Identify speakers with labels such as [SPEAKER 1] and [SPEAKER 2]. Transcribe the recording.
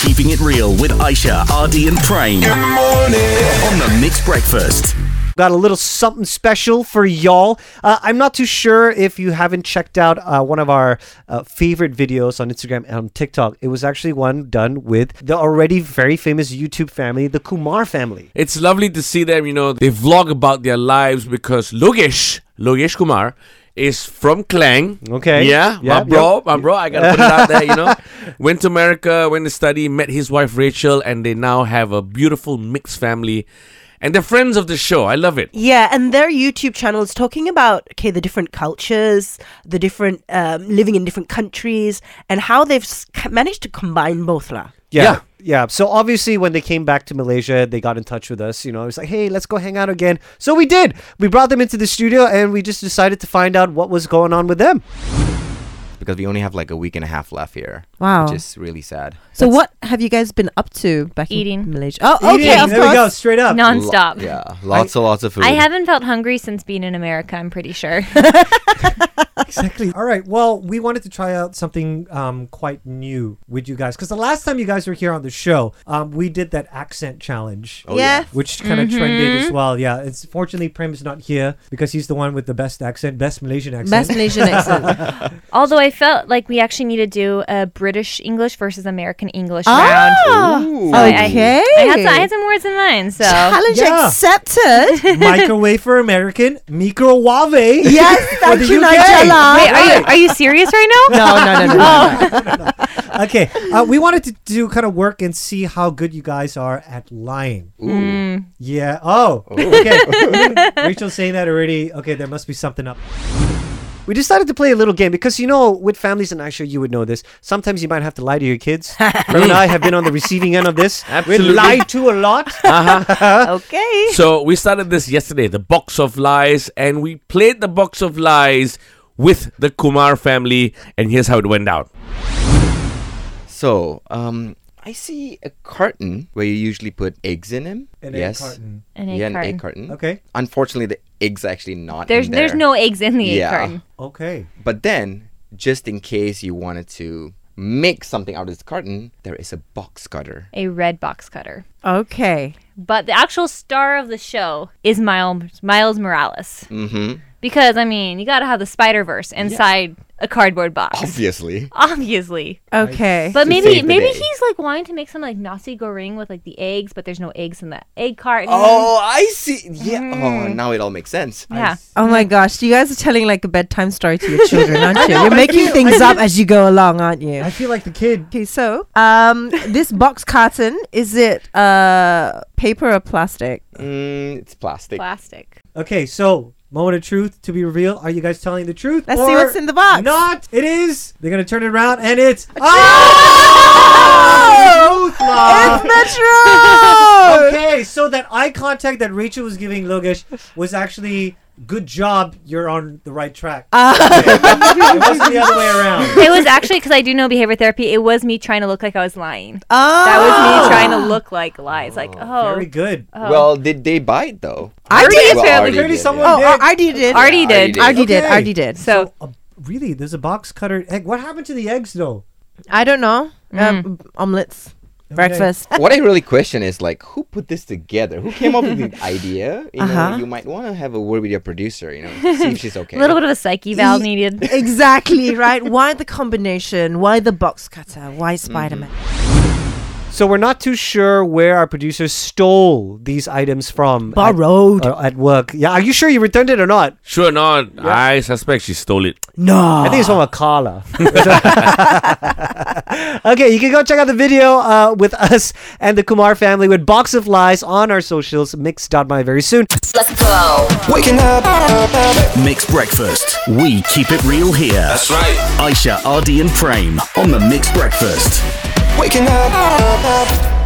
[SPEAKER 1] Keeping It Real with Aisha, RD, and Prane. Good morning. On the Mixed Breakfast.
[SPEAKER 2] Got a little something special for y'all. Uh, I'm not too sure if you haven't checked out uh, one of our uh, favorite videos on Instagram and on TikTok. It was actually one done with the already very famous YouTube family, the Kumar family.
[SPEAKER 3] It's lovely to see them, you know, they vlog about their lives because Logesh, Logesh Kumar, is from Klang.
[SPEAKER 2] Okay.
[SPEAKER 3] Yeah,
[SPEAKER 2] Yeah,
[SPEAKER 3] my bro, my bro, I gotta put it out there, you know. Went to America, went to study, met his wife Rachel, and they now have a beautiful mixed family. And they're friends of the show. I love it.
[SPEAKER 4] Yeah, and their YouTube channel is talking about okay the different cultures, the different um, living in different countries, and how they've s- c- managed to combine both lah.
[SPEAKER 2] Yeah.
[SPEAKER 3] Yeah.
[SPEAKER 2] yeah. So obviously, when they came back to Malaysia, they got in touch with us. You know, it was like, hey, let's go hang out again. So we did. We brought them into the studio and we just decided to find out what was going on with them.
[SPEAKER 5] because we only have like a week and a half left here.
[SPEAKER 6] Wow.
[SPEAKER 5] Which is really sad.
[SPEAKER 6] So what have you guys been up to back
[SPEAKER 7] Eating.
[SPEAKER 6] in Malaysia? Oh, okay,
[SPEAKER 2] Yeah,
[SPEAKER 6] of
[SPEAKER 2] there
[SPEAKER 6] course.
[SPEAKER 2] we go. Straight up.
[SPEAKER 5] Lo-
[SPEAKER 7] Non-stop.
[SPEAKER 5] yeah. Lots and lots of food.
[SPEAKER 7] I haven't felt hungry since being in America, I'm pretty sure.
[SPEAKER 2] Exactly. All right. Well, we wanted to try out something um, quite new with you guys because the last time you guys were here on the show, um, we did that accent challenge.
[SPEAKER 6] yeah.
[SPEAKER 2] Which kind of
[SPEAKER 6] Mm-hmm.
[SPEAKER 2] trended as well. Yeah, it's fortunately Prem is not here because he's the one with the best accent, best Malaysian accent.
[SPEAKER 6] Best Malaysian accent.
[SPEAKER 7] Although I felt like we actually need to do a British English versus American English round.
[SPEAKER 6] Ah,
[SPEAKER 7] I-
[SPEAKER 6] okay.
[SPEAKER 7] I had, some, I had some words in mind, so
[SPEAKER 6] Challenge
[SPEAKER 2] Yeah.
[SPEAKER 6] accepted.
[SPEAKER 2] Microwave for American, microwave.
[SPEAKER 6] yes, thank
[SPEAKER 2] the
[SPEAKER 6] you,
[SPEAKER 2] UK.
[SPEAKER 6] Nigella.
[SPEAKER 7] Wait, are you are you serious right now?
[SPEAKER 6] no, no, no, no, no.
[SPEAKER 2] okay, uh, we wanted to do kind of work and see how good you guys are at lying. Yeah. Oh. Okay. Rachel's saying that already. Okay, there must be something up. We decided to play a little game because you know, with families, and actually you would know this. Sometimes you might have to lie to your kids. Prem and I have been on the receiving end of this.
[SPEAKER 3] Absolutely.
[SPEAKER 2] We lied to a lot.
[SPEAKER 6] Okay.
[SPEAKER 3] So we started this yesterday, the box of lies, and we played the box of lies with the Kumar family, and here's how it went down.
[SPEAKER 5] So, um, I see a carton where you usually put eggs in him.
[SPEAKER 2] An egg
[SPEAKER 5] yes.
[SPEAKER 2] carton.
[SPEAKER 7] An egg
[SPEAKER 5] yeah, an
[SPEAKER 7] carton.
[SPEAKER 5] egg carton.
[SPEAKER 2] Okay.
[SPEAKER 5] Unfortunately, the egg's actually not
[SPEAKER 7] There's
[SPEAKER 5] in
[SPEAKER 7] there's
[SPEAKER 5] there.
[SPEAKER 7] no eggs in the
[SPEAKER 5] Yeah.
[SPEAKER 7] egg carton.
[SPEAKER 2] Okay.
[SPEAKER 5] But then, just in case you wanted to make something out of this carton, there is a box cutter.
[SPEAKER 7] A red box cutter.
[SPEAKER 6] Okay.
[SPEAKER 7] But the actual star of the show is Miles Miles Morales.
[SPEAKER 5] Mm-hmm.
[SPEAKER 7] Because I mean, you gotta have the Spider Verse inside a cardboard box.
[SPEAKER 5] Obviously.
[SPEAKER 7] Obviously.
[SPEAKER 6] Okay.
[SPEAKER 7] But
[SPEAKER 5] To
[SPEAKER 7] maybe
[SPEAKER 5] save the
[SPEAKER 7] maybe
[SPEAKER 5] day.
[SPEAKER 7] he's like wanting to make some like nasi goreng with like the eggs, but there's no eggs in the egg carton.
[SPEAKER 5] Oh, I see. Yeah.
[SPEAKER 7] Mm.
[SPEAKER 5] Oh, now it all makes sense.
[SPEAKER 7] yeah.
[SPEAKER 6] Oh my gosh, you guys are telling like a bedtime story to your children, aren't you? You're making things up as you go along, aren't you?
[SPEAKER 2] I feel like the kid.
[SPEAKER 6] Okay, so um, this box carton is it uh paper or plastic?
[SPEAKER 5] Mm, it's plastic.
[SPEAKER 7] Plastic.
[SPEAKER 2] Okay. So. Moment of truth to be revealed. Are you guys telling the truth?
[SPEAKER 6] Let's see
[SPEAKER 2] or
[SPEAKER 6] what's in the box.
[SPEAKER 2] Not. It is. They're gonna turn it around, and it's. Oh! Truth, Ma.
[SPEAKER 6] It's metro.
[SPEAKER 2] Okay, so that eye contact that Rachel was giving Logesh was actually good job. You're on the right track.
[SPEAKER 6] Uh.
[SPEAKER 2] it was the other way around.
[SPEAKER 7] It was actually because I do know behavior therapy. It was me trying to look like I was lying.
[SPEAKER 6] Oh,
[SPEAKER 7] That was me trying to look like lies. Like, oh,
[SPEAKER 2] Very good.
[SPEAKER 5] Well, did they buy it though?
[SPEAKER 6] I
[SPEAKER 7] Already
[SPEAKER 6] did.
[SPEAKER 7] is fairly-
[SPEAKER 5] Artie
[SPEAKER 2] Apparently
[SPEAKER 5] did,
[SPEAKER 2] someone-
[SPEAKER 5] yeah.
[SPEAKER 6] Oh,
[SPEAKER 2] did.
[SPEAKER 6] Ar- Artie did.
[SPEAKER 7] Artie
[SPEAKER 5] Artie
[SPEAKER 7] did.
[SPEAKER 5] did.
[SPEAKER 6] Artie did.
[SPEAKER 2] Okay.
[SPEAKER 6] Artie did. So
[SPEAKER 7] So,
[SPEAKER 2] Uh, really, there's a box cutter egg. What happened to the eggs though?
[SPEAKER 6] I don't know. Um, omelets, breakfast.
[SPEAKER 5] what I really question is like, who put this together? Who came up with the idea? You know, you might want to have a word with your producer. You know, see if she's okay.
[SPEAKER 7] a Uh-huh. little bit of a psyche valve needed.
[SPEAKER 6] exactly right. Why the combination? Why the box cutter? Why Spider Man?
[SPEAKER 2] So we're not too sure where our producers stole these items from.
[SPEAKER 6] Borrowed.
[SPEAKER 2] At, uh, at work. Yeah, are you sure you returned it or not?
[SPEAKER 3] Sure not. I suspect she stole it.
[SPEAKER 6] no.
[SPEAKER 2] I think it's from a caller. okay, you can go check out the video uh, with us and the Kumar family with Box of Lies on our socials, mix.my very soon.
[SPEAKER 1] Mixed Breakfast. We keep it real here. That's right. Aisha, RD, and Prane on the Mixed Breakfast.
[SPEAKER 8] Waking up.